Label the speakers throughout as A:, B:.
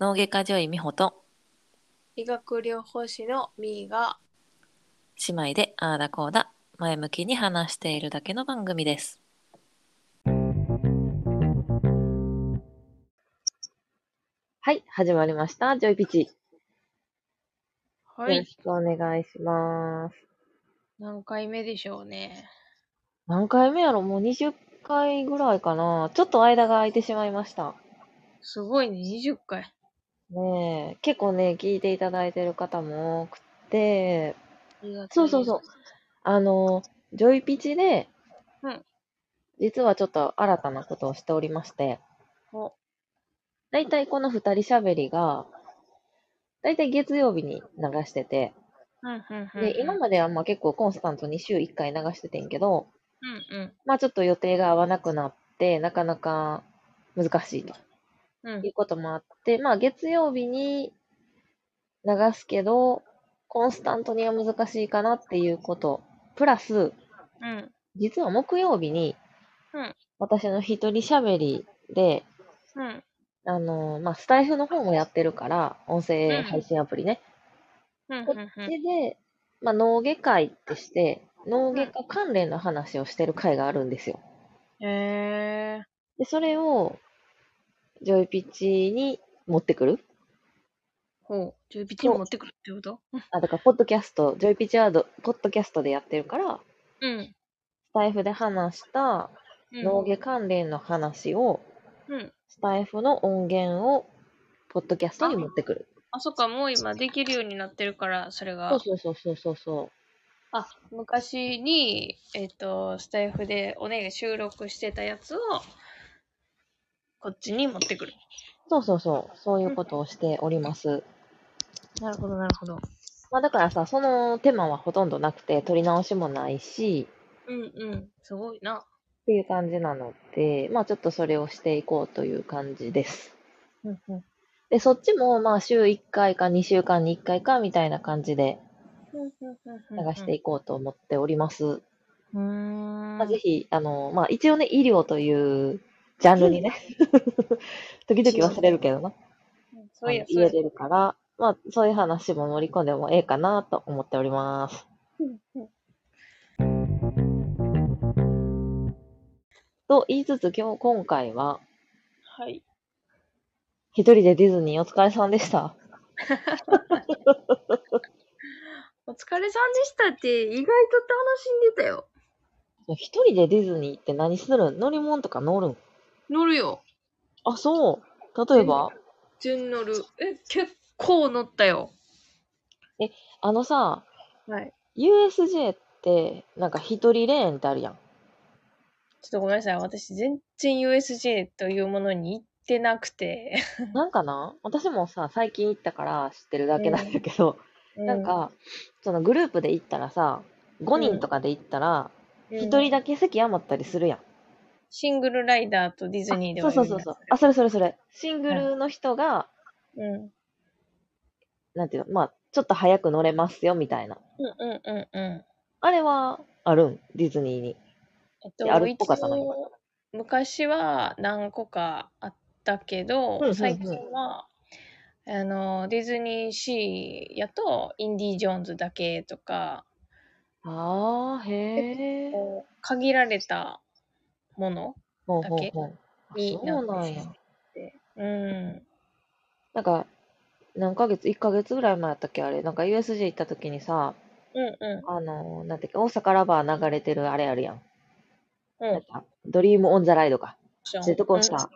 A: 脳外科女医美穂と
B: 医学療法士のみーが
A: 姉妹でああだこうだ前向きに話しているだけの番組です。
C: はい、始まりました。ジョイピチ。
B: は
C: よろ
B: い
C: しくお願いします。
B: 何回目でしょうね
C: 何回目やろもう20回ぐらいかな。ちょっと間が空いてしまいました。
B: すごいね20回
C: ねえ、結構ね、聞いていただいてる方も多くて、
B: ありがた
C: そ
B: いう
C: そうそう。あの、ジョイピチで、
B: うん
C: 実はちょっと新たなことをしておりまして、
B: お
C: だいたいこの二人喋りが、だいたい月曜日に流してて、
B: うんうんうん
C: で、今まではまあ結構コンスタントに週1回流しててんけど、
B: うん
C: まあちょっと予定が合わなくなって、なかなか難しいと
B: うんうん
C: いうこともあって、まあ月曜日に流すけど、コンスタントには難しいかなっていうこと。プラス、
B: うん
C: 実は木曜日に
B: うん、
C: 私の一人喋りで、
B: うん
C: あのーまあ、スタイフの方もやってるから、音
B: う
C: 声
B: ん
C: 配信アプリね。
B: うん
C: こ
B: うん
C: っちで、まあ、脳外科医ってして、脳外科関連の話をしてる回があるんですよ。
B: うんへえ
C: で、それを、ジョイピッチに持ってくる。
B: ほうジョイピチに持ってくるってこと
C: あ、だから、ポッドキャスト、ジョイピッチワード、ポッドキャストでやってるから、
B: うん
C: スタイフで話した
B: うん
C: 脳外関連の話を、
B: うん
C: スタイフの音源を、ポッドキャストに持ってくる。
B: あそっかもう今できるようになってるからそれが
C: そうそうそうそうそうそ
B: あ、昔に、えっ、と、スタイフでお願い収録してたやつを、こっちに持ってく
C: う。
B: る。
C: そうそうそう。そういうことをしております。
B: なるほど、なるほど。
C: まあ、だからさ、その手間はほとんどなくて、取り直しもないし、
B: うんうん。すごい
C: っ
B: な。
C: ていう感じなので、まあ、ちょっとそれをしていこうという感じです。
B: うんうん。
C: で、そっちも、まあ、週1回か2週間に1回か、みたいな感じで流して
B: い
C: いこうと思っております。
B: く。うーん。
C: まあ、ぜひ、あの、まあ、一応ね、医療というジャンルにね、 時々忘れるけどな、
B: うん
C: あ
B: そ
C: の
B: ういや、そう
C: 言え
B: や。
C: れるから、まあ、そういう話も盛り込んでもええかなと思っております。
B: うんうん
C: と言いつつ、今日、今回は、
B: はい。
C: 一人でディズニーお疲れさんでした。
B: お疲れさんでしたって、意外と楽しんでたよ。
C: 一人でディズニーって何するん乗り物とか乗るん
B: 乗るよ。
C: あ、そう。例えば、
B: 全乗る。え、結構乗ったよ。
C: あのさ、
B: はい。
C: USJ って、なんか一人レーンってあるやん。
B: ちょっとごめんなさい。私、全然 USJ というものに行ってなくて。
C: なんかな私もさ、最近行ったから知ってるだけなんだけど、 なんか、そのグループで行ったらさ、5人とかで行ったら、
B: うん、
C: 一
B: うん
C: 人だけ席余ったりするやん。
B: シングルライダーとディズニーで
C: あ
B: は
C: そうそうそうそう。あ、それそれそれ。シングルの人が、
B: う。うん。うん
C: なんていうの、まあ、ちょっと早く乗れますよ、みたいな。
B: うんうんうん。
C: あれは、あるんディズニーに。
B: えっ
C: あ
B: と、
C: るっぽかったな
B: 一応昔は何個かあったけど、
C: うんうんうん
B: 最近は、あの、ディズニーシーやと、インディ・ジョーンズだけとか、
C: あー、へー。
B: こう限られたもの。
C: ほうほうほう。あ
B: に
C: そう
B: な
C: なん
B: って
C: や
B: し。うん。
C: なんか、何ヶ月、1ヶ月ぐらい前やったっけ、あれ。なんか USJ 行った時にさ、
B: うんう
C: あのー、なんていうか、大阪ラバー流れてるあれあるやん。
B: ん。う
C: なん
B: ん。
C: かドリームオンザライドか。ジェットコースター。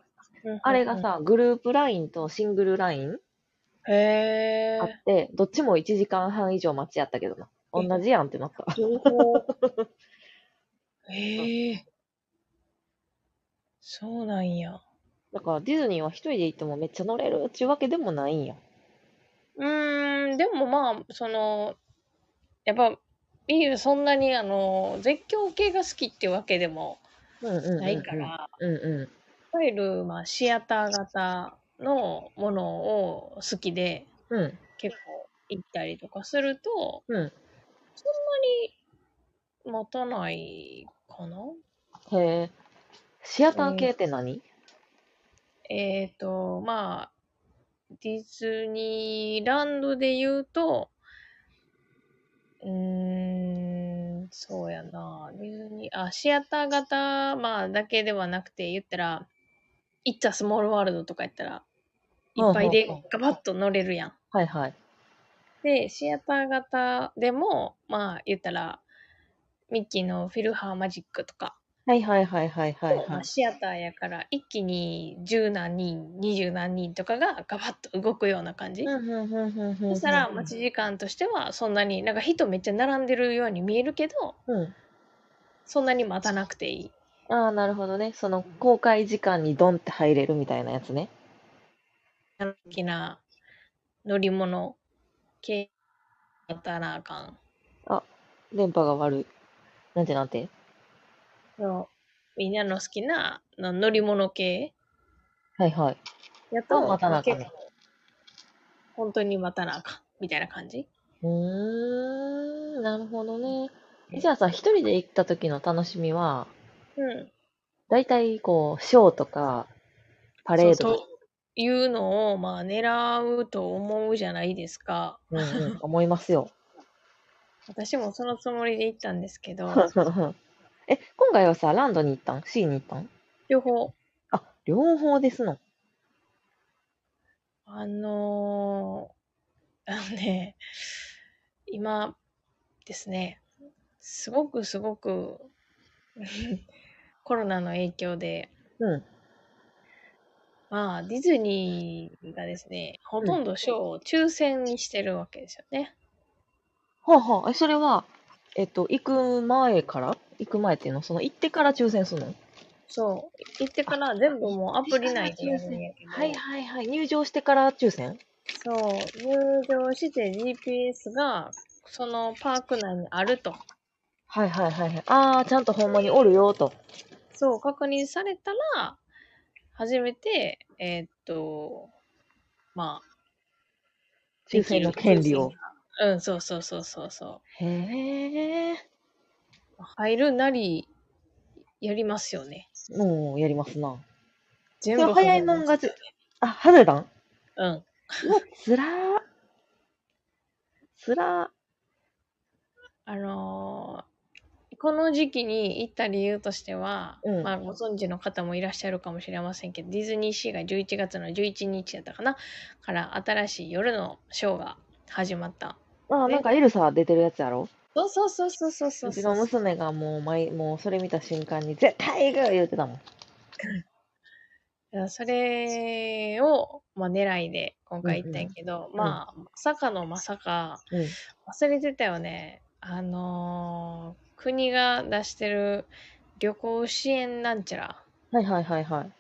B: うん。うん
C: あれが、さ、グループラインとシングルライン
B: へえ
C: あっ。て、どっちも1時間半以上待ちやったけどな。
B: え
C: 同じやんってなった。
B: 情報。 へえ。そうなんや。
C: だからディズニーは一人で行ってもめっちゃ乗れるっちゅうわけでもないんや。
B: うーん、でもまあ、その、やっぱ、ビールそんなにあの、絶叫系が好きってわけでも
C: うんうんうんうん。
B: ないから、
C: うんう
B: いわゆる、まあ、シアター型のものを好きで、
C: ん。うん。
B: 結構行ったりとかすると、
C: うん
B: 持たないかな
C: へえ。シアター系って何、
B: えっ、と、まあ、ディズニーランドで言うと、うーん、そうやな。ディズニー、あ、シアター型、まあ、だけではなくて、言ったら、イッツ・ア・スモール・ワールドとかやったら、いっぱいで
C: うんうんうん
B: ガバッと乗れるやん。
C: はいはい。
B: で、シアター型でも、まあ、言ったら、ミッキーのフィルハーマジックとか、
C: はいはいはいはいはい、
B: ま
C: は
B: あシアターやから、一気に十何人、二十何人とかがガバッと動くような感じ。
C: い。
B: そしたら、待ち時間としては、そんなに、なんか人めっちゃ並んでるように見えるけど、
C: うん。
B: そんなに待たなくていい。
C: ああ、なるほどね。その公開時間にドンって入れるみたいなやつね。
B: 大きな乗り物系だったらあかん。
C: 電波が悪い。なんてなんて。
B: のみんなの好きなの乗り物系
C: はいはい。
B: や
C: う
B: と、
C: ん待たなあかんね
B: 結構本当に待たなあかん、みたいな感じ。
C: うーん、なるほどね。じゃあさ、一人で行った時の楽しみは、
B: うん。
C: だいたいこう、ショーとか、パレー
B: そう
C: ドと
B: と
C: か、
B: いうのを、まあ、狙うと思うじゃないですか。
C: うんうん、思います よ。
B: 私もそのつもりで行ったんですけど、
C: え、今回はさ、ランドに行ったん ?C に行ったん
B: 両方、
C: あ、両方ですの。
B: あのー、あのね、今ですね、すごくすごく コロナの影響で、
C: うん。
B: まあ、ディズニーがですね、ほとんど賞を抽選にしてるわけですよね。
C: はあはあ、えそれは、えっと、行く前から行く前っていうのその行ってから抽選するの
B: そう。行ってから全部もうアプリ内でやるんやけど、
C: はいはいはい。入場してから抽選
B: そう。入場して GPS がそのパーク内にあると。
C: はいはいはいはい。ああ、ちゃんとほんまにおるよと。
B: そう、確認されたら、初めて、えーっと、ま
C: 抽選の権利を。
B: あ、うん、そうそうそうそうそ
C: へえ。
B: う。入るなり、やりますよね。
C: もうやりますな。
B: 全
C: それ早いもん勝ち。あ、外れたん
B: うん。
C: つらー。つら
B: あのーこの時期に行った理由としては、
C: うん
B: まあご存知の方もいらっしゃるかもしれませんけど、ディズニーシーが11月の11日やったかな、から新しい夜のショーが始まった。
C: ー。あー、
B: ね
C: なんかエルサ出てるやつやろ
B: そうそうそうそうそうそうう
C: ちの娘がもう毎、もうそれ見た瞬間に絶対行く言ってたもん。
B: いやそれを、まあ、狙いで今回行ったんやけど、まあまさかのまさか
C: うん。
B: 忘れてたよねあのー国が出してる旅行支援なんちゃら
C: はいはいはいはい。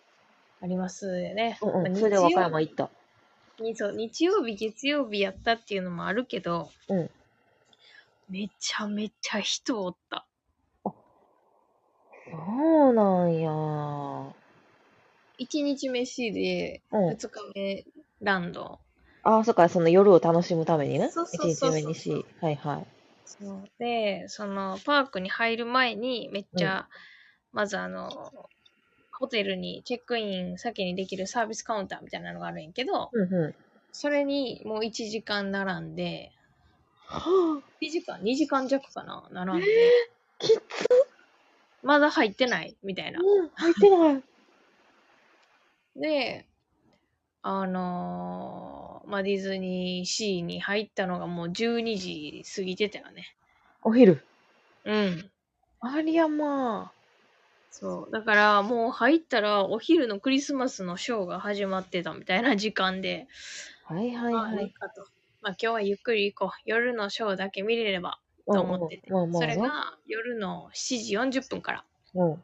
B: ありますよね、
C: うん
B: ま
C: う
B: あ
C: ん。
B: 日
C: それで
B: 曜
C: 和歌山行った。
B: にそう日曜日月曜日やったっていうのもあるけど、
C: うん
B: めちゃめちゃ人おった
C: そうなんやー。
B: 1日目 C で
C: うん
B: 2日目ランド、
C: ああ、そっか、その夜を楽しむためにね。
B: そうそうそうそう
C: 一日目にし。はいはい。
B: そうでそのパークに入る前にめっちゃ、まずあのホテルにチェックイン先にできるサービスカウンターみたいなのがあるんやけど
C: うんうん。
B: それにもう1時間並んで
C: はあ、
B: 1時間2時間弱かな並んで、
C: きつ
B: まだ入ってないみたいな
C: うん、入ってない。
B: であのーまあディズニーシーに入ったのがもう12時過ぎてたよね
C: お昼。
B: うん
C: ありゃま
B: そう。だから、もう入ったら、お昼のクリスマスのショーが始まってたみたいな時間で、
C: あ。はいはい
B: まあ、
C: はい
B: い
C: い。
B: かと。まあ、今日はゆっくり行こう。夜のショーだけ見れれば、と思ってて。
C: うんうんまあまあ
B: それ
C: ね。
B: が、夜の7時40分から。
C: うん。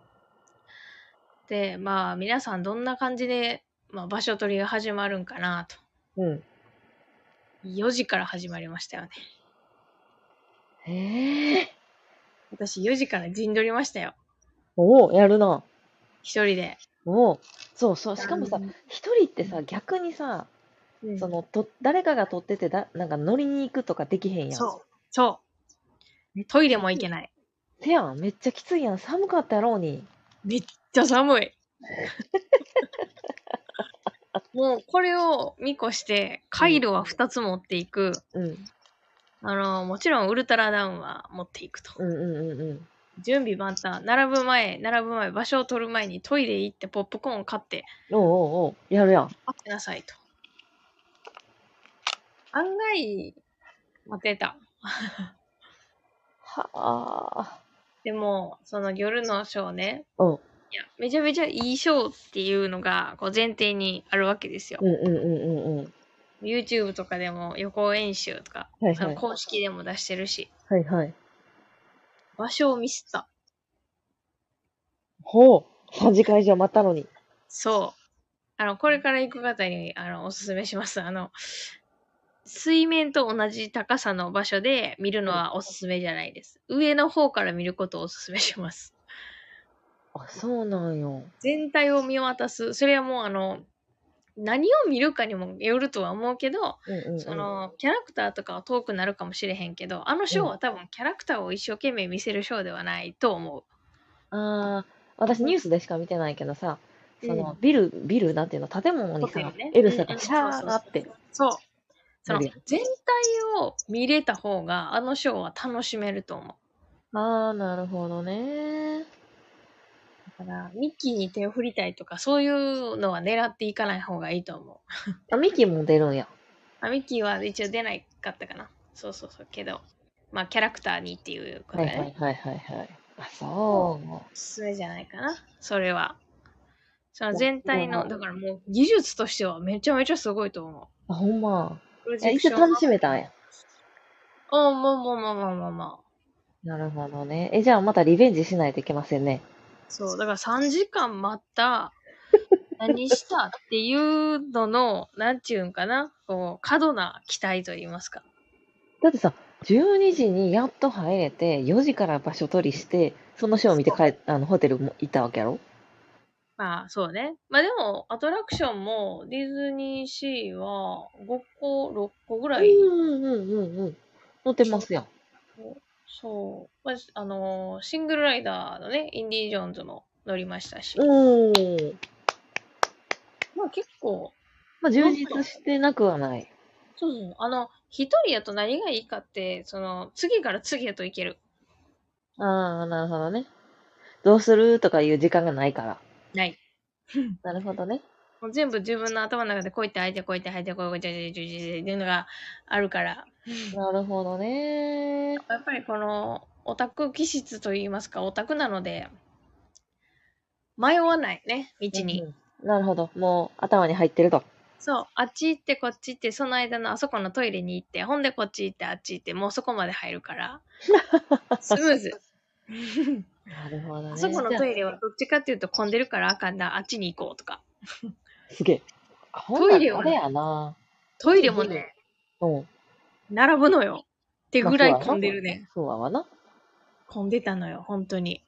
B: で、まあ、皆さんどんな感じで、まあ、場所取りが始まるんかなと。
C: うん。
B: 4時から始まりましたよね。
C: へえ。
B: 私、4時から陣取りましたよ。
C: おお、やるな。
B: 一人で。
C: おお。そうそう。しかもさ、一人ってさ、逆にさ、
B: うん、
C: その、と、誰かが撮っててだ、なんか乗りに行くとかできへんやん。
B: そう。そう。トイレも行けない。
C: せやん、めっちゃきついやん。寒かったやろうに。
B: めっちゃ 寒い。もうこれを見越して、カイロは2つ持っていく。
C: うん。
B: あの、もちろんウルトラダウンは持っていくと。
C: うんうんうんうん。
B: 準備万端。並ぶ前、並ぶ前、場所を取る前にトイレ行ってポップコーン買って、
C: おうおうおうやるやん。
B: 待ってなさいと。案外、待てた。
C: はあ。
B: でも、その夜のショーね、
C: うん
B: いやめちゃめちゃいいショーっていうのがこう前提にあるわけですよ
C: う。んうんうんうんうん。
B: YouTube とかでも予行演習とか、
C: はい
B: そ
C: は
B: の
C: い。
B: 公式でも出してるし、
C: はいはい。
B: 場所をミスった。
C: ほう。3時間以上待ったのに。
B: そう。あの、これから行く方に、あの、おすすめします。あの、水面と同じ高さの場所で見るのはおすすめじゃないです。上の方から見ることをおすすめします。
C: あ、そうなんよ。
B: 全体を見渡す。それはもうあの、何を見るかにもよるとは思うけど、
C: うんうん、うん。
B: そのキャラクターとかは遠くなるかもしれへんけど、あのショーは多分キャラクターを一生懸命見せるショーではないと思う。
C: ああ、私ニュースでしか見てないけどさ、
B: うん
C: そのビル、ビルなんていうの、建物に
B: ホテ
C: さ、
B: ルね
C: エルサ
B: うんう
C: が
B: ん
C: シャーって。
B: そう。その
C: なるやん
B: 全体を見れた方があのショーは楽しめると思
C: ああ、なるほどね。
B: う。だからミッキーに手を振りたいとかそういうのは狙っていかない方がいいと思う。
C: あ、ミキも出るんや。
B: あミッキーは一応出ないかったかな。そうそうそう。けど、まあキャラクターにっていうこと
C: は
B: で、
C: い
B: ね
C: はいはいはいはい。あ、そう。
B: おすすめじゃないかな。それは。その全体
C: う
B: の、
C: ん
B: だからもう技術としてはめちゃめちゃすごいと思う。
C: あ、ほんま。
B: プロジ
C: え、
B: ェクシ
C: 一
B: ョ
C: 応
B: ンは。
C: 楽しめたんや。
B: あまあまあまあまあまあまあ。
C: なるほどね。え、じゃあまたリベンジしないといけませんね。
B: そう、だから3時間 待った、何したっていうのの、なんちゅうんかな、こう、過度な期待と言いますか。
C: だってさ、12時にやっと入れて、4時から場所取りして、そのショーを見て帰っあのホテルも行ったわけやろ
B: まあ、そうね。まあでも、アトラクションもディズニーシーは5個、6個ぐらい、
C: うんうんうんうん。乗ってますやん。
B: そう、まあ、あのーシングルライダーのね、インディ・ージョーンズも乗りましたし、
C: うーん。
B: まあ結構、
C: まあ、充実してなくはない。
B: そうそうそう、あの、一人やと何がいいかって、その、次から次へといける。
C: ああ、なるほどね。どうするとかいう時間がないから。
B: ない。
C: なるほどね。
B: もう全部自分の頭の中でこういって、あいてこういって、はいてこういって、こういって、こういって、っていうのがあるから、
C: なるほどね。
B: やっぱりこのオタク気質といいますか、オタクなので、迷わないね、道に。
C: うんうんなるほど。もう頭に入ってると。
B: そう、あっち行ってこっち行って、その間のあそこのトイレに行って、ほんでこっち行って、あっち行って、もうそこまで入る から、スムーズ。
C: なるほどね。
B: あそこの
C: じゃ
B: トイレはどっちかっていうと混んでるからあかんな、あっちに行こうとか。
C: あすげえ。あほん
B: トイレ
C: な
B: は
C: らあれやな。
B: トイレもね、
C: うん。
B: 並ぶのよ。ってぐらい混んでるね。
C: そうはわな。
B: 混んでたのよ、本当に。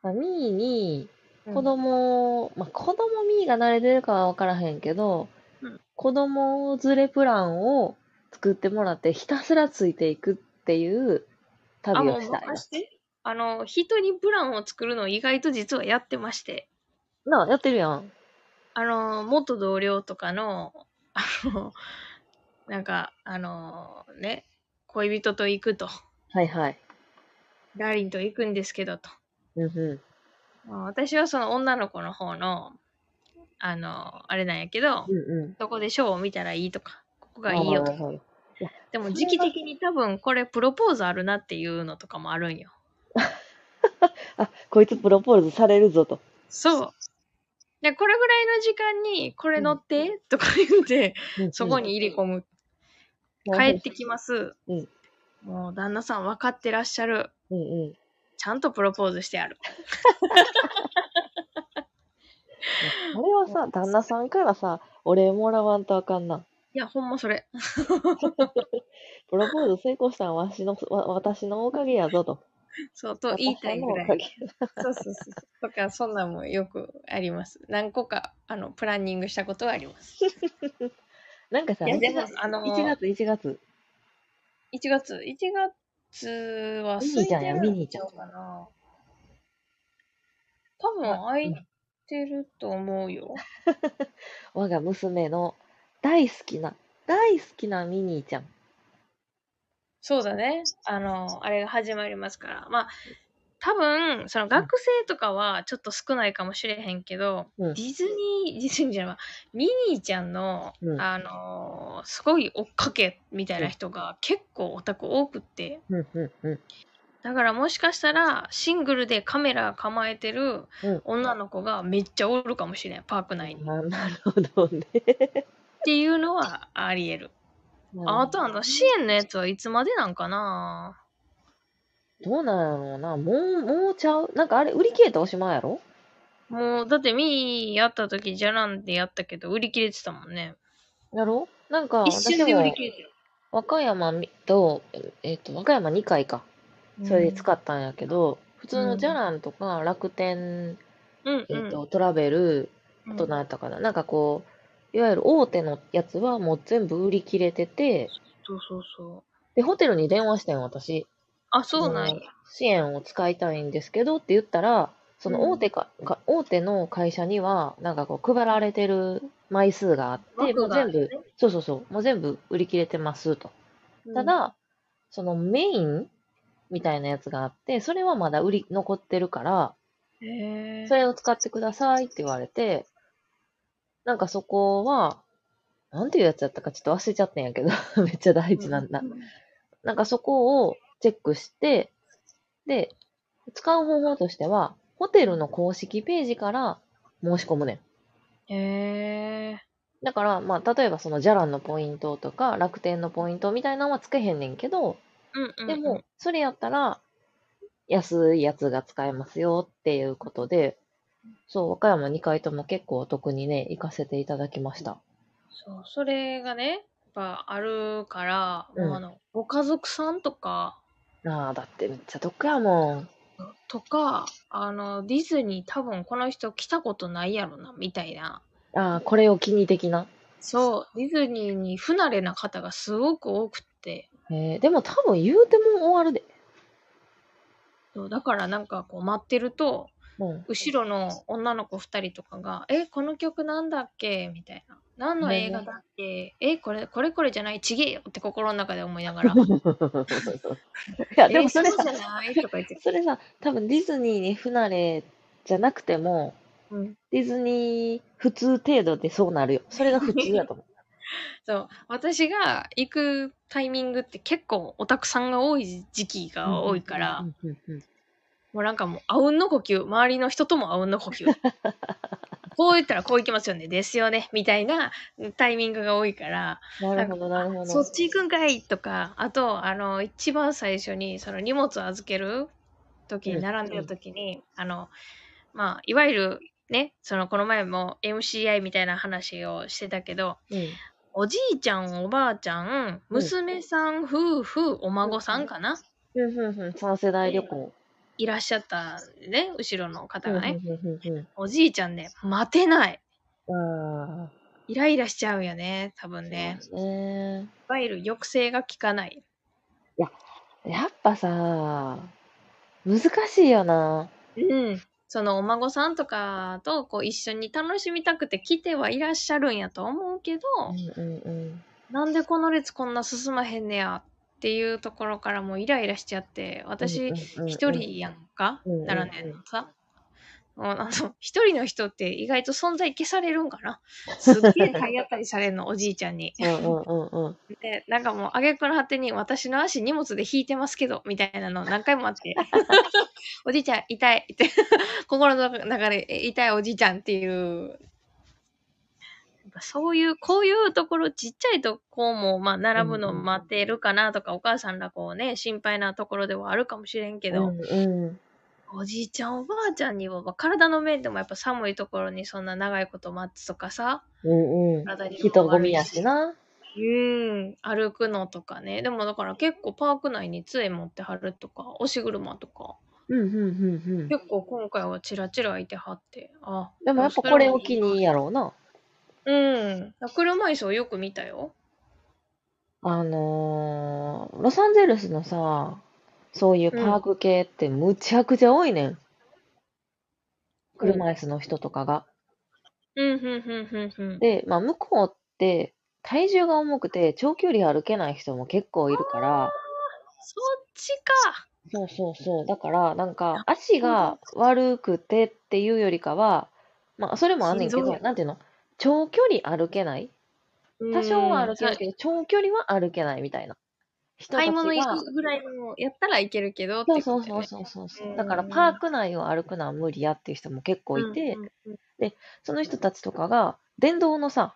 C: まあミーに、
B: うん
C: 子供、まあ、子供ミーが慣れてるかは分からへんけど、
B: うん
C: 子供連れプランを作ってもらって、ひたすらついていくっていう
B: あ、
C: 旅
B: も
C: を
B: う
C: したいな
B: 任。して。あの、人にプランを作るのを意外と実はやってまして、
C: なあ、やってるやん。
B: あの、元同僚とかの、あの、なんか、あの、ね、恋人と行くと、
C: はいはい。
B: ダーリンと行くんですけどと。
C: うんう
B: 私はその女の子の方の、あの、あれなんやけ
C: ん。、
B: ど
C: うんうん。
B: どこでショーを見たらいいとか、ここがいいよと
C: まあまあま
B: か。
C: あまあ
B: でも時期的に多分これプロポーズあるなっていうのとかもあるんよ。
C: あ、こいつプロポーズされるぞと。
B: そう。で、これぐらいの時間に、これ乗って、とか言って、そこに入れ込む。帰ってきます。
C: うん
B: もう、旦那さん分かってらっしゃる。
C: うんうん。
B: ちゃんとプロポーズしてある。
C: あれはさ、旦那さんからさ、お礼もらわんとあかんな。
B: いや、ほんまそれ。
C: プロポーズ成功したんはわしの、わ私のおかげやぞと。
B: そう、と言いたいぐら
C: 私のおか
B: い。
C: げ
B: そうそうそう。とか、そんなんもよくあります。何個か、あの、プランニングしたことはあります。
C: なんかさ、
B: いや、
C: 1
B: でも、あの、1
C: 月、1月。
B: 月、1月は
C: ミニーちゃんやミニーちゃん
B: 空いてるのかな。多分、あいしてると思うよ。
C: 我が娘の大好きな、大好きなミニーちゃん。
B: そうだね。あの、あれが始まりますから。まあ、多分、その学生とかはちょっと少ないかもしれへんけど、
C: うん
B: ディズニー、ディズニーじゃないわ、ミニーちゃんの、
C: うん
B: あのーすごい追っかけみたいな人が結構オタク多くって、
C: うんうんうん。
B: だからもしかしたらシングルでカメラ構えてる
C: うん
B: 女の子がめっちゃおるかもしれない、パーク内に。っ
C: あなるほどね。
B: ていうのはあり得る。 あとあの、支援のやつはいつまでなんかな
C: どうなんやろうな。もう、もうちゃう。なんかあれ、売り切れておしまいやろ
B: もう、だってミーやった時じゃらんでやったけど、売り切れてたもんね。
C: やろなんか、
B: 一
C: 私
B: 瞬で売り
C: も
B: 切れてる。
C: 和歌山みと、えっ、と、和歌山2回か。それで使
B: っ
C: ったんやけど、普通のジャランとか楽天、
B: うんうん
C: えっ、と、トラベル、あと何やったかな。なんかこう、いわゆる大手のやつはもう全部売り切れてて、
B: そうそうそう。
C: で、ホテルに電話してん、私。
B: あ、そうなんや。
C: 支援を使いたいんですけどって言ったら、その大手か、が大手の会社には、なんかこう、配られてる枚数があって、も
B: 枠
C: う
B: がある
C: 全
B: ね
C: 部、そうそうそう、もう全部売り切れてますと。ただ、そのメインみたいなやつがあって、それはまだ売り、残ってるから、
B: うん、へえ。
C: それを使ってくださいって言われて、なんかそこは、なんていうやつやったかちょっと忘れちゃったんやけど、 めっちゃ大事なんだ
B: う。ん
C: なんかそこをチェックして、で、使う方法としては、ホテルの公式ページから申し込むねん。
B: へえ。
C: だから、まあ、例えばそのジャランのポイントとか、楽天のポイントみたいなのはつけへんねんけど、
B: うんうん。
C: でも、、それやったら、安いやつが使えますよっていうことで、そう、和歌山2回とも結構お得にね、行かせていただきました。
B: そう、それがね、やっぱあるから、
C: うん
B: もうあの、ご家族さんとか、
C: ああ、だってめっちゃ得やもん。
B: とか、あの、ディズニー多分この人来たことないやろな、みたいな。
C: ああ、これを気に的な。
B: そう、ディズニーに不慣れな方がすごく多くって、
C: えーでも多分言うても終わるで。
B: そうだからなんかこう待ってると、
C: うん。
B: 後ろの女の子2人とかが「えこの曲なんだっけ?」みたいな「何の映画だっけえこれこれこれじゃないちげえよ」って心の中で思いな がら
C: いや、
B: え
C: でもそれ
B: うじ
C: さ
B: ゃ、ない?」とか言って、
C: それさ、多分ディズニーに不慣れじゃなくても、
B: うん、
C: ディズニー普通程度でそうなるよ。それが普通やと思う。
B: そう私が行くタイミングって結構オタクさんが多い時期が 多いから、
C: うんうんうん
B: もうなんかもうあうんの呼吸周りの人ともあうん の呼吸こう言ったらこう行きますよねですよねみたいなタイミングが多いから
C: うんなるほど、なるほ
B: そ
C: ど
B: っ。ち行くんかいとか、あと、あの、一番最初に、その荷物を預ける時
C: うん
B: に、並んでる時に、あの、まあ、いわゆる、ね、その、この前も MCI みたいな話をしてたけど、
C: うん
B: おじいちゃん、おばあちゃん、
C: うん
B: 娘さん、夫婦、お孫さんかな、
C: うんうんうん、三世代旅行。
B: いらっしゃったね、後ろの方がね。
C: うんうんうんうん
B: おじいちゃんね、待てない。
C: うん。あ
B: イライラしちゃうよね、多分
C: あ。
B: ね。
C: ね
B: いわゆる抑制が効かない。
C: やっぱさ、難しいよな。
B: うん、そのお孫さんとかとこう一緒に楽しみたくて来てはいらっしゃるんやと思うけど、
C: うんうんうん。
B: なんでこの列こんな進まへんねやっていうところからもうイライラしちゃって私一人やんか、
C: うんうんうん
B: ならねんのさ。もうあの一人の人って意外と存在消されるんかなすっげえ体当たりされるのおじいちゃんに。
C: うんうんうんうんうん。
B: でなんかもう挙句の果てに私の足荷物で引いてますけどみたいなの何回もあって おじいちゃん痛いって 心の中でえ痛いおじいちゃんっていうやっぱそういうこういうところちっちゃいとこもまあ並ぶの待ってるかなとか、お母さんらこうね心配なところではあるかもしれんけど、
C: うんうん。
B: おじいちゃんおばあちゃんにはまあ体の面でもやっぱ寒いところにそんな長いこと待つとかさ
C: うんうん。
B: 体にも悪いし
C: 人混みやしな。
B: うん、歩くのとかね。でもだから結構パーク内に杖持ってはるとか、押し車とか、
C: うんうんうんうん。
B: 結構今回はチラチラいてはって、あ、
C: でもやっぱこれを機にやろうな。
B: うん、車椅子をよく見たよ。
C: あのー、ロサンゼルスのさ、そういうパーク系ってむちゃくちゃ多いねん。車椅子の人とかが。
B: うん、うん、うん、うん、うん。
C: で、まあ、向こうって体重が重くて長距離歩けない人も結構いるから、
B: そっちか。
C: そうそうそう。だから、なんか、足が悪くてっていうよりかは、まあ、それもあんねんけ
B: 心
C: ど、
B: 臓
C: なんていうの長距離歩けない多少は歩けるけど、長距離は歩けないみたいな。人た
B: 買
C: ち
B: い
C: が
B: 物行くぐらいのやったらいけるけどって
C: そう
B: こと
C: そ
B: ね、
C: うそうそうそうそうう。
B: ん
C: だから、パーク内を歩くのは無理やっていう人も結構いて、
B: うんうんうん
C: その人たちとかが、電動のさ、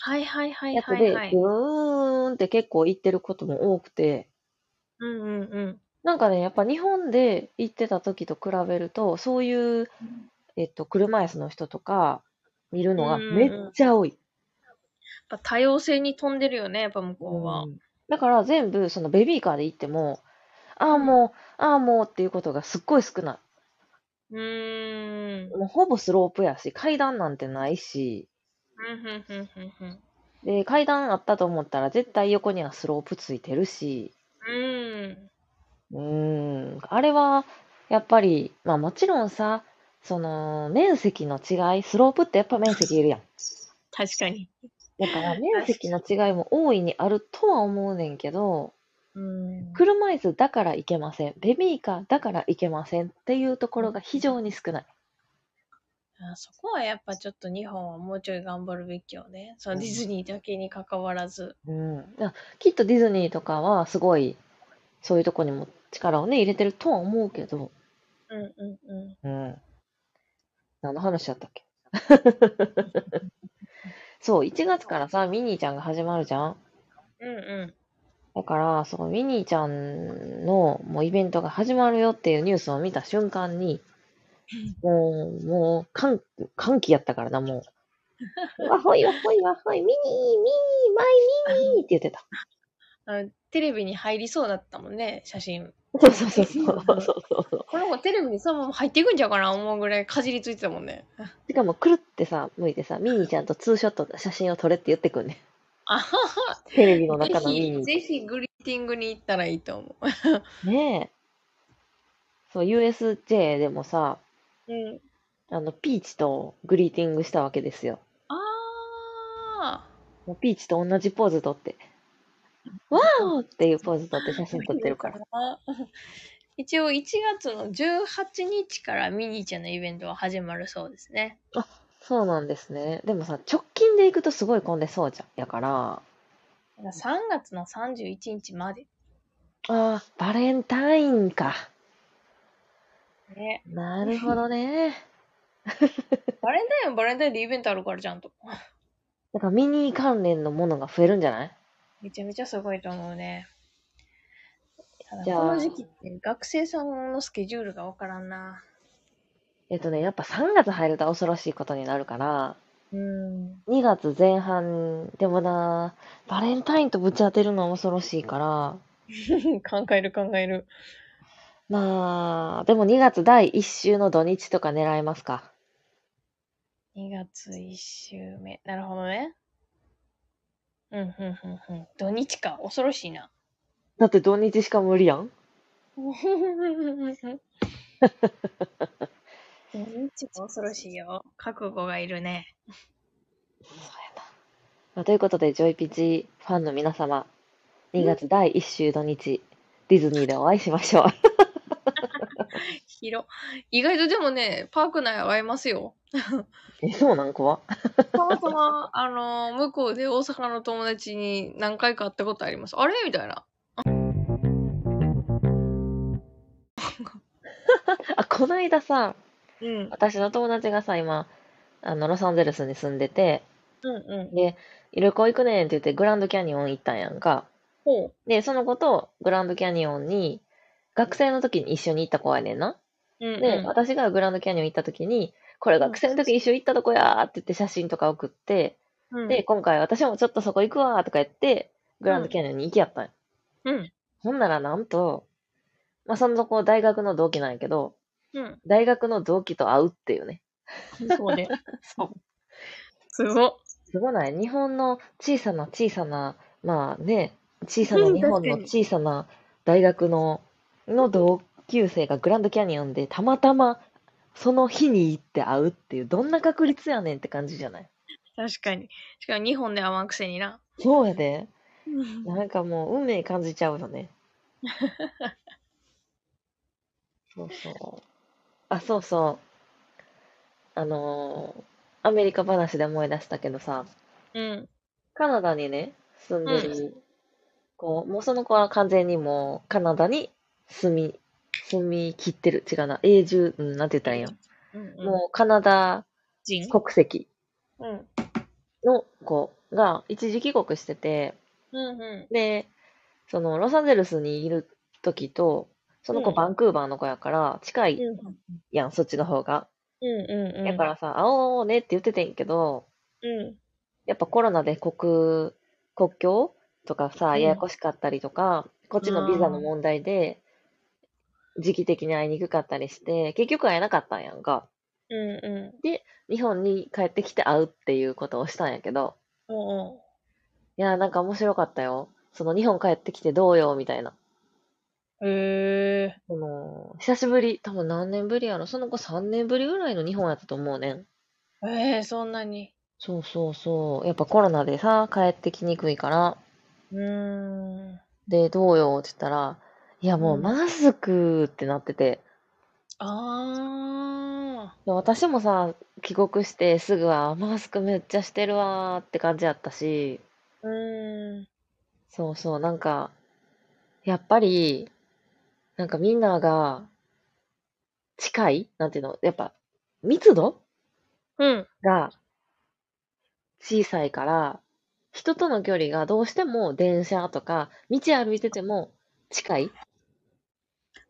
B: はいはいはい
C: やつ
B: はい
C: で、
B: はい
C: ぐ。ーんって結構行ってることも多くて、
B: うんうんうん。
C: なんかね、やっぱ日本で行ってた時と比べると、そういう、えっと、車椅子の人とか見るのが
B: うんうん
C: めっちゃ多い。
B: やっぱ多様性に飛んでるよね、やっぱ向こうは。
C: だから全部、そのベビーカーで行っても、ああもう、ああもうっていうことがすっごい少な
B: うーん。
C: い。もうほぼスロープやし、階段なんてないし、
B: うんうんうんうんうん
C: で、階段あったと思ったら絶対横にはスロープついてるし、
B: うん。
C: うーん、あれは、やっぱり、まあもちろんさ、その、面積の違い、スロープってやっぱ面積いるやん。
B: 確かに。
C: だから面積の違いも大いにあるとは思うねんけど、
B: うん。
C: 車椅子だからいけません、ベビーカーだからいけませんっていうところが非常に少ない。
B: あそこはやっぱちょっと日本はもうちょい頑張るべきよね。そのディズニーだけに関わらず。
C: うん、だきっとディズニーとかはすごいそういうとこにも力をね入れてるとは思うけど、
B: うんうんうん。
C: うん、何の話だったっけ そう1月からさミニーちゃんが始まるじゃん
B: うんう
C: だからそのミニーちゃんのもうイベントが始まるよっていうニュースを見た瞬間にもう、もう、歓歓喜やったからな、も う。わほいわほいわほい、ミニー、ミニー、マイミニーって言ってた。
B: ん。あのテレビに入りそうだったもんね、写真。
C: そうそうそうそうそうそうそう。
B: この子テレビにそのまま入っていくんじゃうかな思うぐらいかじりついてたもんね。
C: しかも、くるってさ、向いてさ、ミニーちゃんとツーショット写真を撮れって言ってくん ね。
B: あはは。
C: テレビの
B: ぜ
C: 中のミ
B: ひ、
C: ニ
B: ぜひグリーティングに行ったらいいと思う。
C: ー。ねえ。そう、USJ でもさ、
B: うん。
C: あの、ピーチとグリーティングしたわけですよ。
B: あ
C: もうピーチと同じポーズ撮って。わーおっていうポーズ撮って写真撮ってるから。
B: あ。 一応1月の18日からミニーちゃんのイベントは始まるそうですね。
C: そうなんですね。でもさ、直近で行くとすごい混んでそうじゃん。やから、
B: 3月の31日まで。
C: ああ、バレンタインか。
B: ね。
C: なるほどね。
B: バレンタインはバレンタインでイベントあるからちゃんと。
C: なんかミニー関連のものが増えるんじゃない
B: めちゃめちゃすごいと思うね。ただ
C: じゃあ
B: この時期って学生さんのスケジュールがわからんな。
C: えっとね、やっぱ3月入ると恐ろしいことになるから、
B: うん。
C: 2月前半、でもな、バレンタインとぶち当てるのは恐ろしいから、
B: 考える考える。
C: まあ、でも2月第1週の土日とか狙いますか。
B: 2月1週目。なるほどね。うん、うん、うん、うん。土日か。恐ろしいな。
C: だって土日しか無理やん。
B: 土 日が恐ろしいよ。覚悟がいるね。
C: そうやな。まあということで、ジョイピチファンの皆様、2月第1週土日、ディズニーでお会いしましょう。
B: 広。意外とでもね、パーク内は会えますよ。
C: え、そうなん怖
B: たまたま、あのー向こうで大阪の友達に何回か会ったことあります。あれみたいな。
C: あ、こないださ、
B: うん。
C: 私の友達がさ、今、あの、ロサンゼルスに住んでて、
B: うんうん。
C: で、旅行行くねんって言ってグランドキャニオン行ったんやんか。
B: ほう。
C: で、その子とグランドキャニオンに、学生の時に一緒に行った子やねんな。
B: うん、うん。
C: で、私がグランドキャニオン行った時に、これ学生の時一緒に行ったとこやーって言って写真とか送って、
B: うん、
C: で、今回私もちょっとそこ行くわーとか言って、グランドキャニオンに行きやったんや。
B: うん。
C: ほんならなんと、まあ、その子大学の同期なんやけど、
B: うん。
C: 大学の同期と会うっていうね。
B: そうね。そう。 すごっ。
C: すごない。日本の小さな小さな、まあね、小さな日本の
B: うん確
C: 小さな大学の、の同級生がグランドキャニオンでたまたまその日に行って会うっていう、どんな確率やねんって感じじゃない
B: 確かに。しかも日本で会わんくせにな。
C: そうやで。なんかもう運命感じちゃうよ ね。そうそう。あ、そうそう。あのーアメリカ話で思い出したけどさ、
B: うん。
C: カナダにね、住んでる子、もうその子は完全にもうカナダに住み、住み切ってる。違うな、永住、うん、なんて言ったらいいんや。
B: うん、うん。
C: もうカナダ
B: 人。
C: 国籍
B: うん。
C: の子が一時帰国してて、
B: うんう
C: で、そのロサンゼルスにいる時と、その子
B: うん
C: バンクーバーの子やから近
B: ん。
C: い
B: うん
C: やん、そっちの方が。
B: うんうん。
C: だからさ、会おうねって言っててんけど、
B: うん。
C: やっぱコロナで国、国境とか
B: う
C: さ、
B: ん
C: ややこしかったりとか、こっちのビザの問題で、時期的に会いにくかったりして、結局会えなかったんやんか。
B: うんうん。
C: 日本に帰ってきて会うっていうことをしたんやけど、
B: おうおう。
C: いやーなんか面白かったよ。その日本帰ってきてどうよ、みたいな。
B: へえ。
C: その、久しぶり、多分何年ぶりやろ、その子3年ぶりぐらいの日本やったと思うねん。
B: ええそんなに。
C: そうそうそう。やっぱコロナでさ、帰ってきにくいから、
B: うーん。
C: で、どうよって言ったら、いやもう
B: うん
C: マスクってなってて、
B: ああ。
C: で私もさ、帰国してすぐは、マスクめっちゃしてるわーって感じやったし、
B: うーん。
C: そうそう、なんか、やっぱり、なんかみんなが、近いなんていうのやっぱ、密度
B: うん。
C: が小さいから、人との距離がどうしても電車とか道歩いてても近いって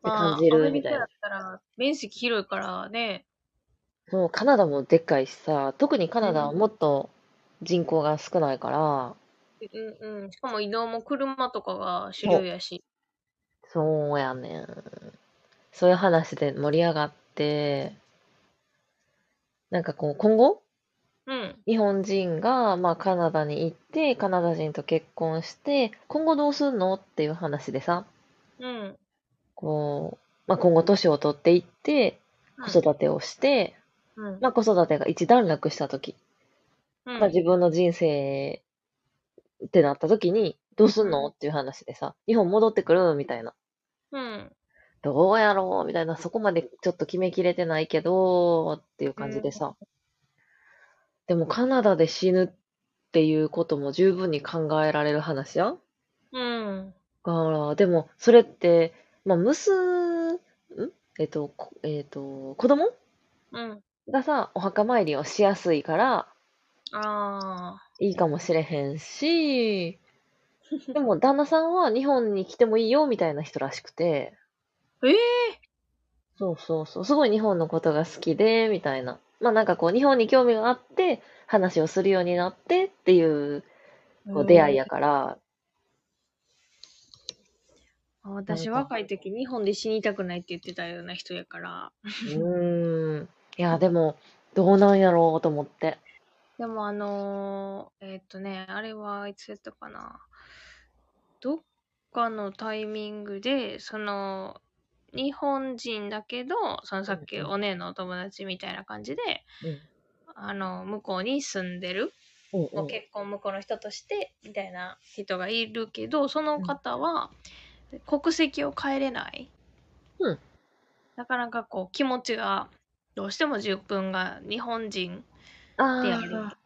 C: 感じるみたい
B: まあアメ
C: な。
B: リカだったら面積広いからね。
C: そう、カナダもでっかいしさ、特にカナダは
B: うん
C: もっと人口が少ないから、
B: うんうん。しかも移動も車とかが主流やし。
C: そうやねん。そういう話で盛り上がって、なんかこう今後、
B: うん。
C: 日本人がまあカナダに行って、カナダ人と結婚して、今後どうすんのっていう話でさ、
B: うん。
C: こう、まあ、今後年を取っていって、子育てをして、
B: うん。
C: まあ、子育てが一段落した時、
B: うん
C: まあ、自分の人生ってなった時に、どうすんの
B: うん
C: っていう話でさ、日本戻ってくるみたいな。
B: うん。
C: どうやろうみたいな、そこまでちょっと決めきれてないけど、っていう感じでさ。でもカナダで死ぬっていうことも十分に考えられる話やん
B: うん。
C: から、でも、それって、まあ、娘、んえっと、こえっと、子供
B: うん。
C: がさ、お墓参りをしやすいから、
B: ああ。
C: いいかもしれへんし、でも、旦那さんは日本に来てもいいよ、みたいな人らしくて、
B: ええ
C: そうそうそう、すごい日本のことが好きで、みたいな。まあ、なんかこう、日本に興味があって、話をするようになってっていう、こう、出会いやから、
B: うん。私
C: なんか
B: 若い時日本で死にたくないって言ってたような人やから。
C: うーん。いや、でも、どうなんやろうと思って。
B: でもあのーえーっとね、あれはいつやったかな。どっかのタイミングで、その、日本人だけど、そのさっき
C: うんうん
B: お姉のお友達みたいな感じで、
C: う
B: あの、向こうに住んでる、
C: ん。うん、う。
B: もうん結婚向こうの人として、みたいな人がいるけど、その方は、国籍を変えれない。
C: うん
B: なかなかこう、気持ちが、どうしても自分が日本人
C: あ
B: であ
C: ー
B: る。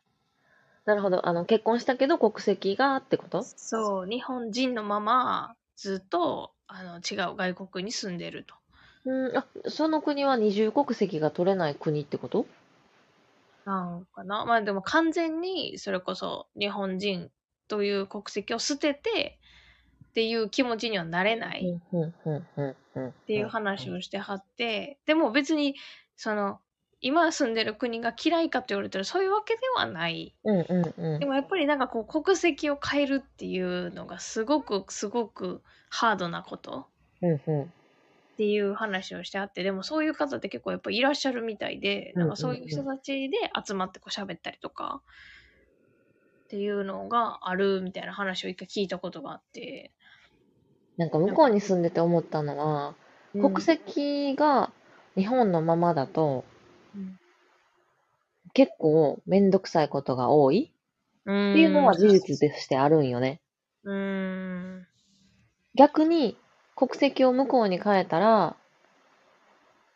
C: なるほど。あの、結婚したけど国籍がってこと
B: そう、日本人のままずっとあの違う外国に住んでると。
C: うん、あ、その国は二重国籍が取れない国ってこと
B: なんかな。まあでも完全にそれこそ日本人という国籍を捨ててっていう気持ちにはなれない
C: ん、うん、うん、うん、うん。っ
B: っていう話をしてはって、でも別にその今住んでる国が嫌いかって言われたらそういうわけではない。
C: うん、うん、うん
B: で。もやっぱりなんかこう国籍を変えるっていうのがすごくすごくハードなこと。
C: うん、うん。
B: っていう話をしてあってでもそういう方って結構やっぱいらっしゃるみたいで
C: うんううん
B: なんんかそういう人たちで集まってこう喋ったりとかっていうのがあるみたいな話を一回聞いたことがあって
C: なんか向こうに住んでて思ったのは、国籍が日本のままだと
B: うん、
C: 結構めんどくさいことが多い
B: うん
C: っていうのは事実としてあるんよね。
B: うん。
C: 逆に、国籍を向こうに変えたら、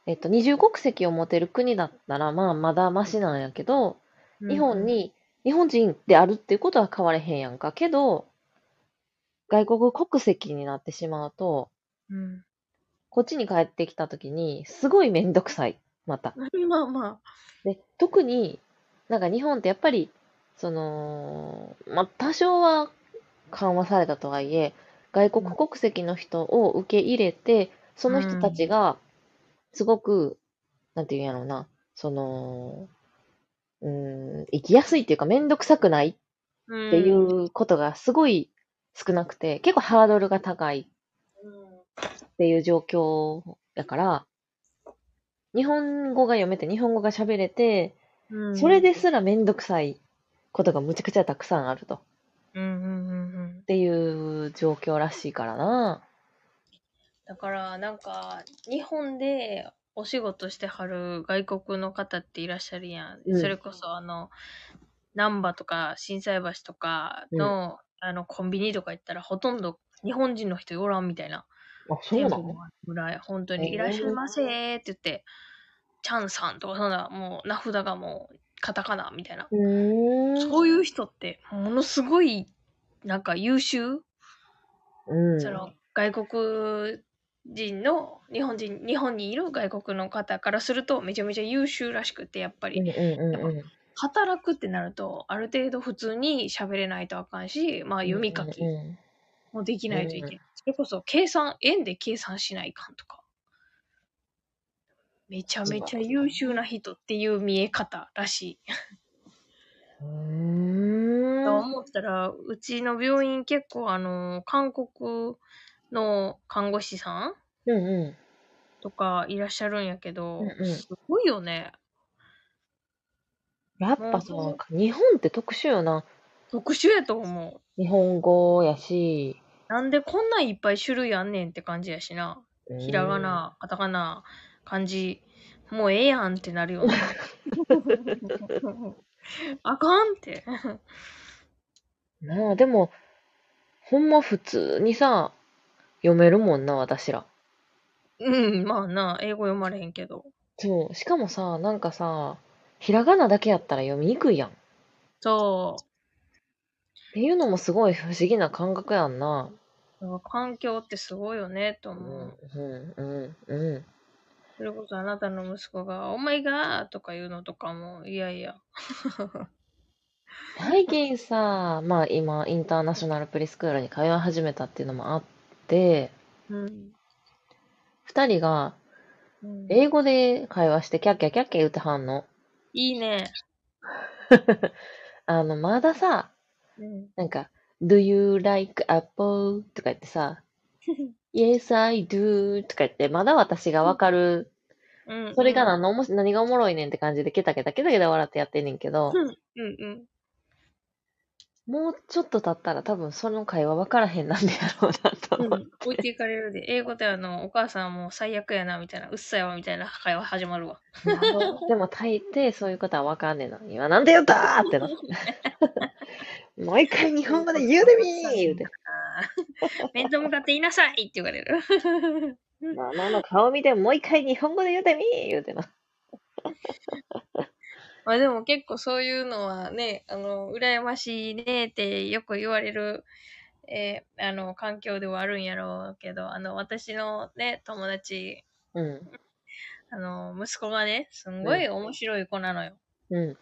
C: えっと、二重国籍を持てる国だったら、まあ、まだマシなんやけど、日本に日本人であるっていうことは変われへんやんか。けど、外国国籍になってしまうと、
B: うん、
C: こっちに帰ってきた時に、すごいめんどくさい。また。
B: うん。まあま
C: で、特になんか日本ってやっぱり、その、まあ、多少は緩和されたとはいえ、外国国籍の人を受け入れて、その人たちが、すごく、なんていうんやろうな、その、うーん、生きやすいっていうか、めんどくさくないっ
B: あ。
C: ていうことがすごい少なくて、結構ハードルが高いっていう状況だから、日本語が読めて、日本語が喋れて、
B: うん。
C: それですらめんどくさいことがむちゃくちゃたくさんあると。っ
B: うんうんうんうん。
C: ていう状況らしいからな。
B: だからなんか日本でお仕事してはる外国の方っていらっしゃるやん、
C: うん
B: それこそあの難波とか心斎橋とかの,、あのコンビニとか行ったらほとんど日本人の人おらんみたいな
C: あ、そうな
B: 店舗
C: の
B: もあるぐらい本当
C: へえ
B: に「いらっしゃいませ」って言って「チャンさん」とかそんなもう名札がもうカタカナみたいな、
C: うーん。
B: そういう人ってものすごいなんか優秀
C: うん。
B: その外国人の日本人日本にいる外国の方からするとめちゃめちゃ優秀らしくてやっぱ
C: う
B: り
C: んうんうんうん。
B: 働くってなるとある程度普通に喋れないとあかんし、まあ、読み書き
C: うんうん
B: もできないといけない、
C: う
B: それこそ計算円で計算しないかんとかめちゃめちゃ優秀な人っていう見え方らしい、
C: うん。う
B: と
C: ーん。
B: 思ったらうちの病院結構あの韓国の看護師さん
C: うんう
B: とかいらっしゃるんやけど、
C: うんうん
B: すごいよね。
C: ん。やっぱそうか。日本って特殊よな。
B: 特殊やと思う。
C: 日本語やし。
B: なんでこんなんいっぱい種類あんねんって感じやしな。
C: うん
B: ひらが。な、カタカナ、漢字、もうええやんってなる よね。あかんって。
C: なあ、でも、ほんま普通にさ、読めるもんな、私ら。
B: うん、まあな、英語読まれへんけど。
C: そう。しかもさ、なんかさ、ひらがなだけやったら読みにくいやん。
B: そ
C: っていうのもすごい不思議な感覚やんな。
B: う。だから環境ってすごいよね、と
C: う
B: 思う。
C: うん、うん、う
B: それこそあなたの息子が、お前がとか言うのとかも、いやいや。
C: ん。最近さ、まあ今、インターナショナルプリスクールに通い始めたっていうのもあって、
B: うん。
C: 二人が
B: うん、
C: 英語で会話してキャッキャキャッキャ言ってはんの。
B: いいね。
C: あの、まださ、
B: うん
C: なんか、Do you like apple? とか言って さ、Yes, I do とか言って、まだ私がわかる。
B: うん
C: それが何のおもし何がおもろいねんって感じでケタケタケタケタ笑ってやってんねんけど、
B: うんうん。
C: もうちょっと経ったら多分その会話分からへんなんでやろうなと
B: う
C: 思っ
B: ん、置いていかれるで、英語であの、お母さんもう最悪やな、みたいな、うっさいわ、みたいな会話始まるわ。
C: て、 でも大抵そういうことは分かんねえな。今なんで言ったーってな。 もう一回日本語で言うてみー言うて。
B: 面と向かって言いなさいって言われる。
C: まあまあの顔見てもう一回日本語で言うてみー言うてな。
B: まあでも結構そういうのはね、あの、羨ましいねってよく言われる、えーあの、環境ではあるんやろうけど、あの、私のね、友達、
C: うん。
B: あの、息子がね、すんごい面白い子なのよ。
C: う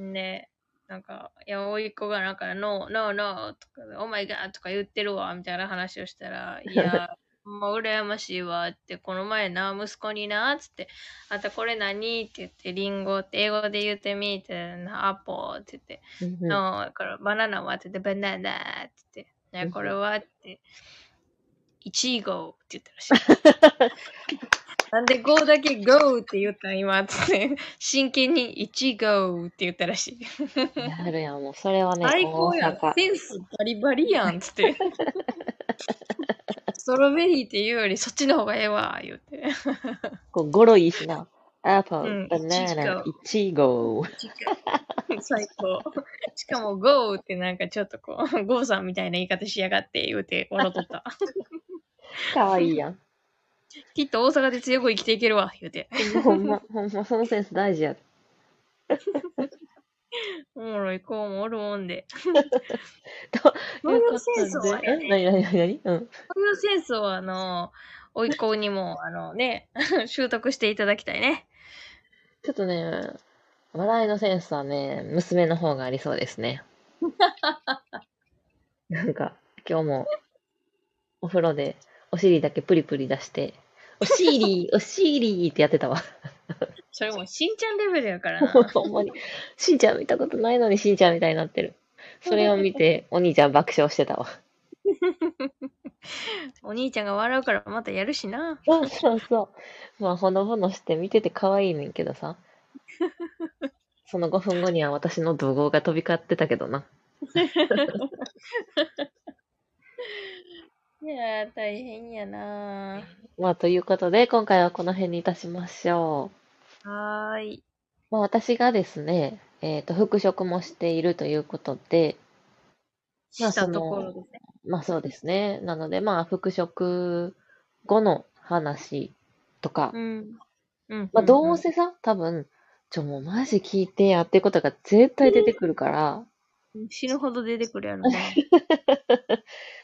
C: ん。
B: ね、なんか、いや、おいっ子がなんか、ノー、ノー、ノーとか、オーマイガーとか言ってるわ、みたいな話をしたら、いや、もう羨ましいわって、この前な、息子にな、つって、あんたこれ何って言って、リンゴって英語で言ってみて、なアポって言って、
C: うんうん
B: の、これバナナはって言って、バナナって言って、
C: うん
B: ね、これはって、いちごって言ったらしい。 なんで5だけ GO って言ったん今っつって真剣にいちごって言ったらしい。
C: やるやん、もうそれはね、
B: 最高やん
C: 大阪。
B: センスバリバリやんっつって。ストロベリーっていうよりそっちの方がええわ、言うて。
C: こう語呂いいしな。アポ
B: うん
C: ル、バナナ、
B: い
C: イチゴ。
B: 最高。しかも、ゴーってなんかちょっとこう、ゴーさんみたいな言い方しやがって言うて笑っとった。
C: かわいいやん。
B: きっと大阪で強く生きていけるわ、言うて。
C: ほ んま、ほんま、そのセンス大事や。
B: おもろい子もおるもん で。
C: と
B: そういうセンスは
C: え、なになになになにうん。
B: そういうセンスをあの、おいっ子にも、あのね、 習得していただきたいね。
C: ちょっとね、笑いのセンスはね、娘の方がありそうです ね。なんか、今日も、お風呂で、お尻だけプリプリ出して、お尻、お尻ってやってたわ。
B: それもうしんちゃんレベルやからな。
C: ほんまに。しんちゃん見たことないのにしんちゃんみたいになってる。それを見て、お兄ちゃん爆笑してたわ。
B: お兄ちゃんが笑うからまたやるしな。
C: そうそうそう。まあ、ほのぼのして見てて可愛いねんけどさ。その5分後には私の怒号が飛び交ってたけど な。
B: いやー、大変やな
C: まあ、ということで、今回はこの辺にいたしましょ
B: はー
C: う。
B: い。
C: まあ、私がですね、えっと、復職もしているということで、まあ
B: したところですね。
C: まあそうですね。なので、まあ、復職後の話とか
B: う、ん。うん。
C: まあ、ど
B: ん
C: うせさ、多分、ちょ、もうマジ聞いてやっていうことが絶対出てくるから、
B: うん死ぬほど出てくるやろな。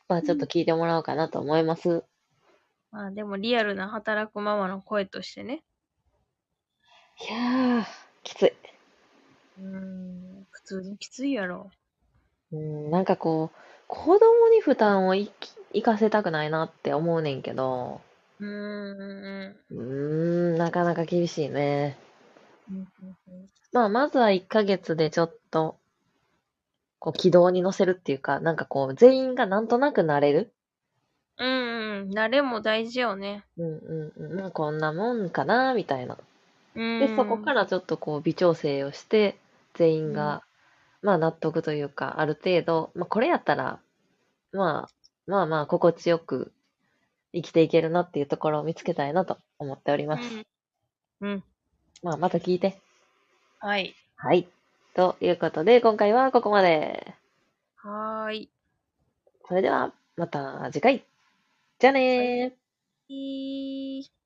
C: まあ、ちょっと聞いてもらおうかなと思います。
B: まあでもリアルな働くママの声としてね。
C: いやー、きつい。
B: うーん、普通にきついやろ。
C: うん、なんかこう、子供に負担をいき、いかせたくないなって思うねんけど、
B: うーん。
C: うーん、なかなか厳しいね。
B: うん
C: まあ、まずは1ヶ月でちょっと、こう、軌道に乗せるっていうか、なんかこう、全員がなんとなくなれる。
B: うんうん、慣れも大事よね。
C: うんうんうん、まあ、こんなもんかな、みたいな。
B: うん。。
C: で、そこかららちょっとこう、微調整をして、全員が、まあ、納得というか、ある程度、まあ、これやったら、まあ、まあまあ、心地よく生きていけるなっていうところを見つけたいなと思っております。
B: うん。うん。
C: まあ、また聞いて。
B: はい。
C: はい。ということで、今回はここまで。
B: はーい。
C: それでは、また次回。じゃあねー。
B: いー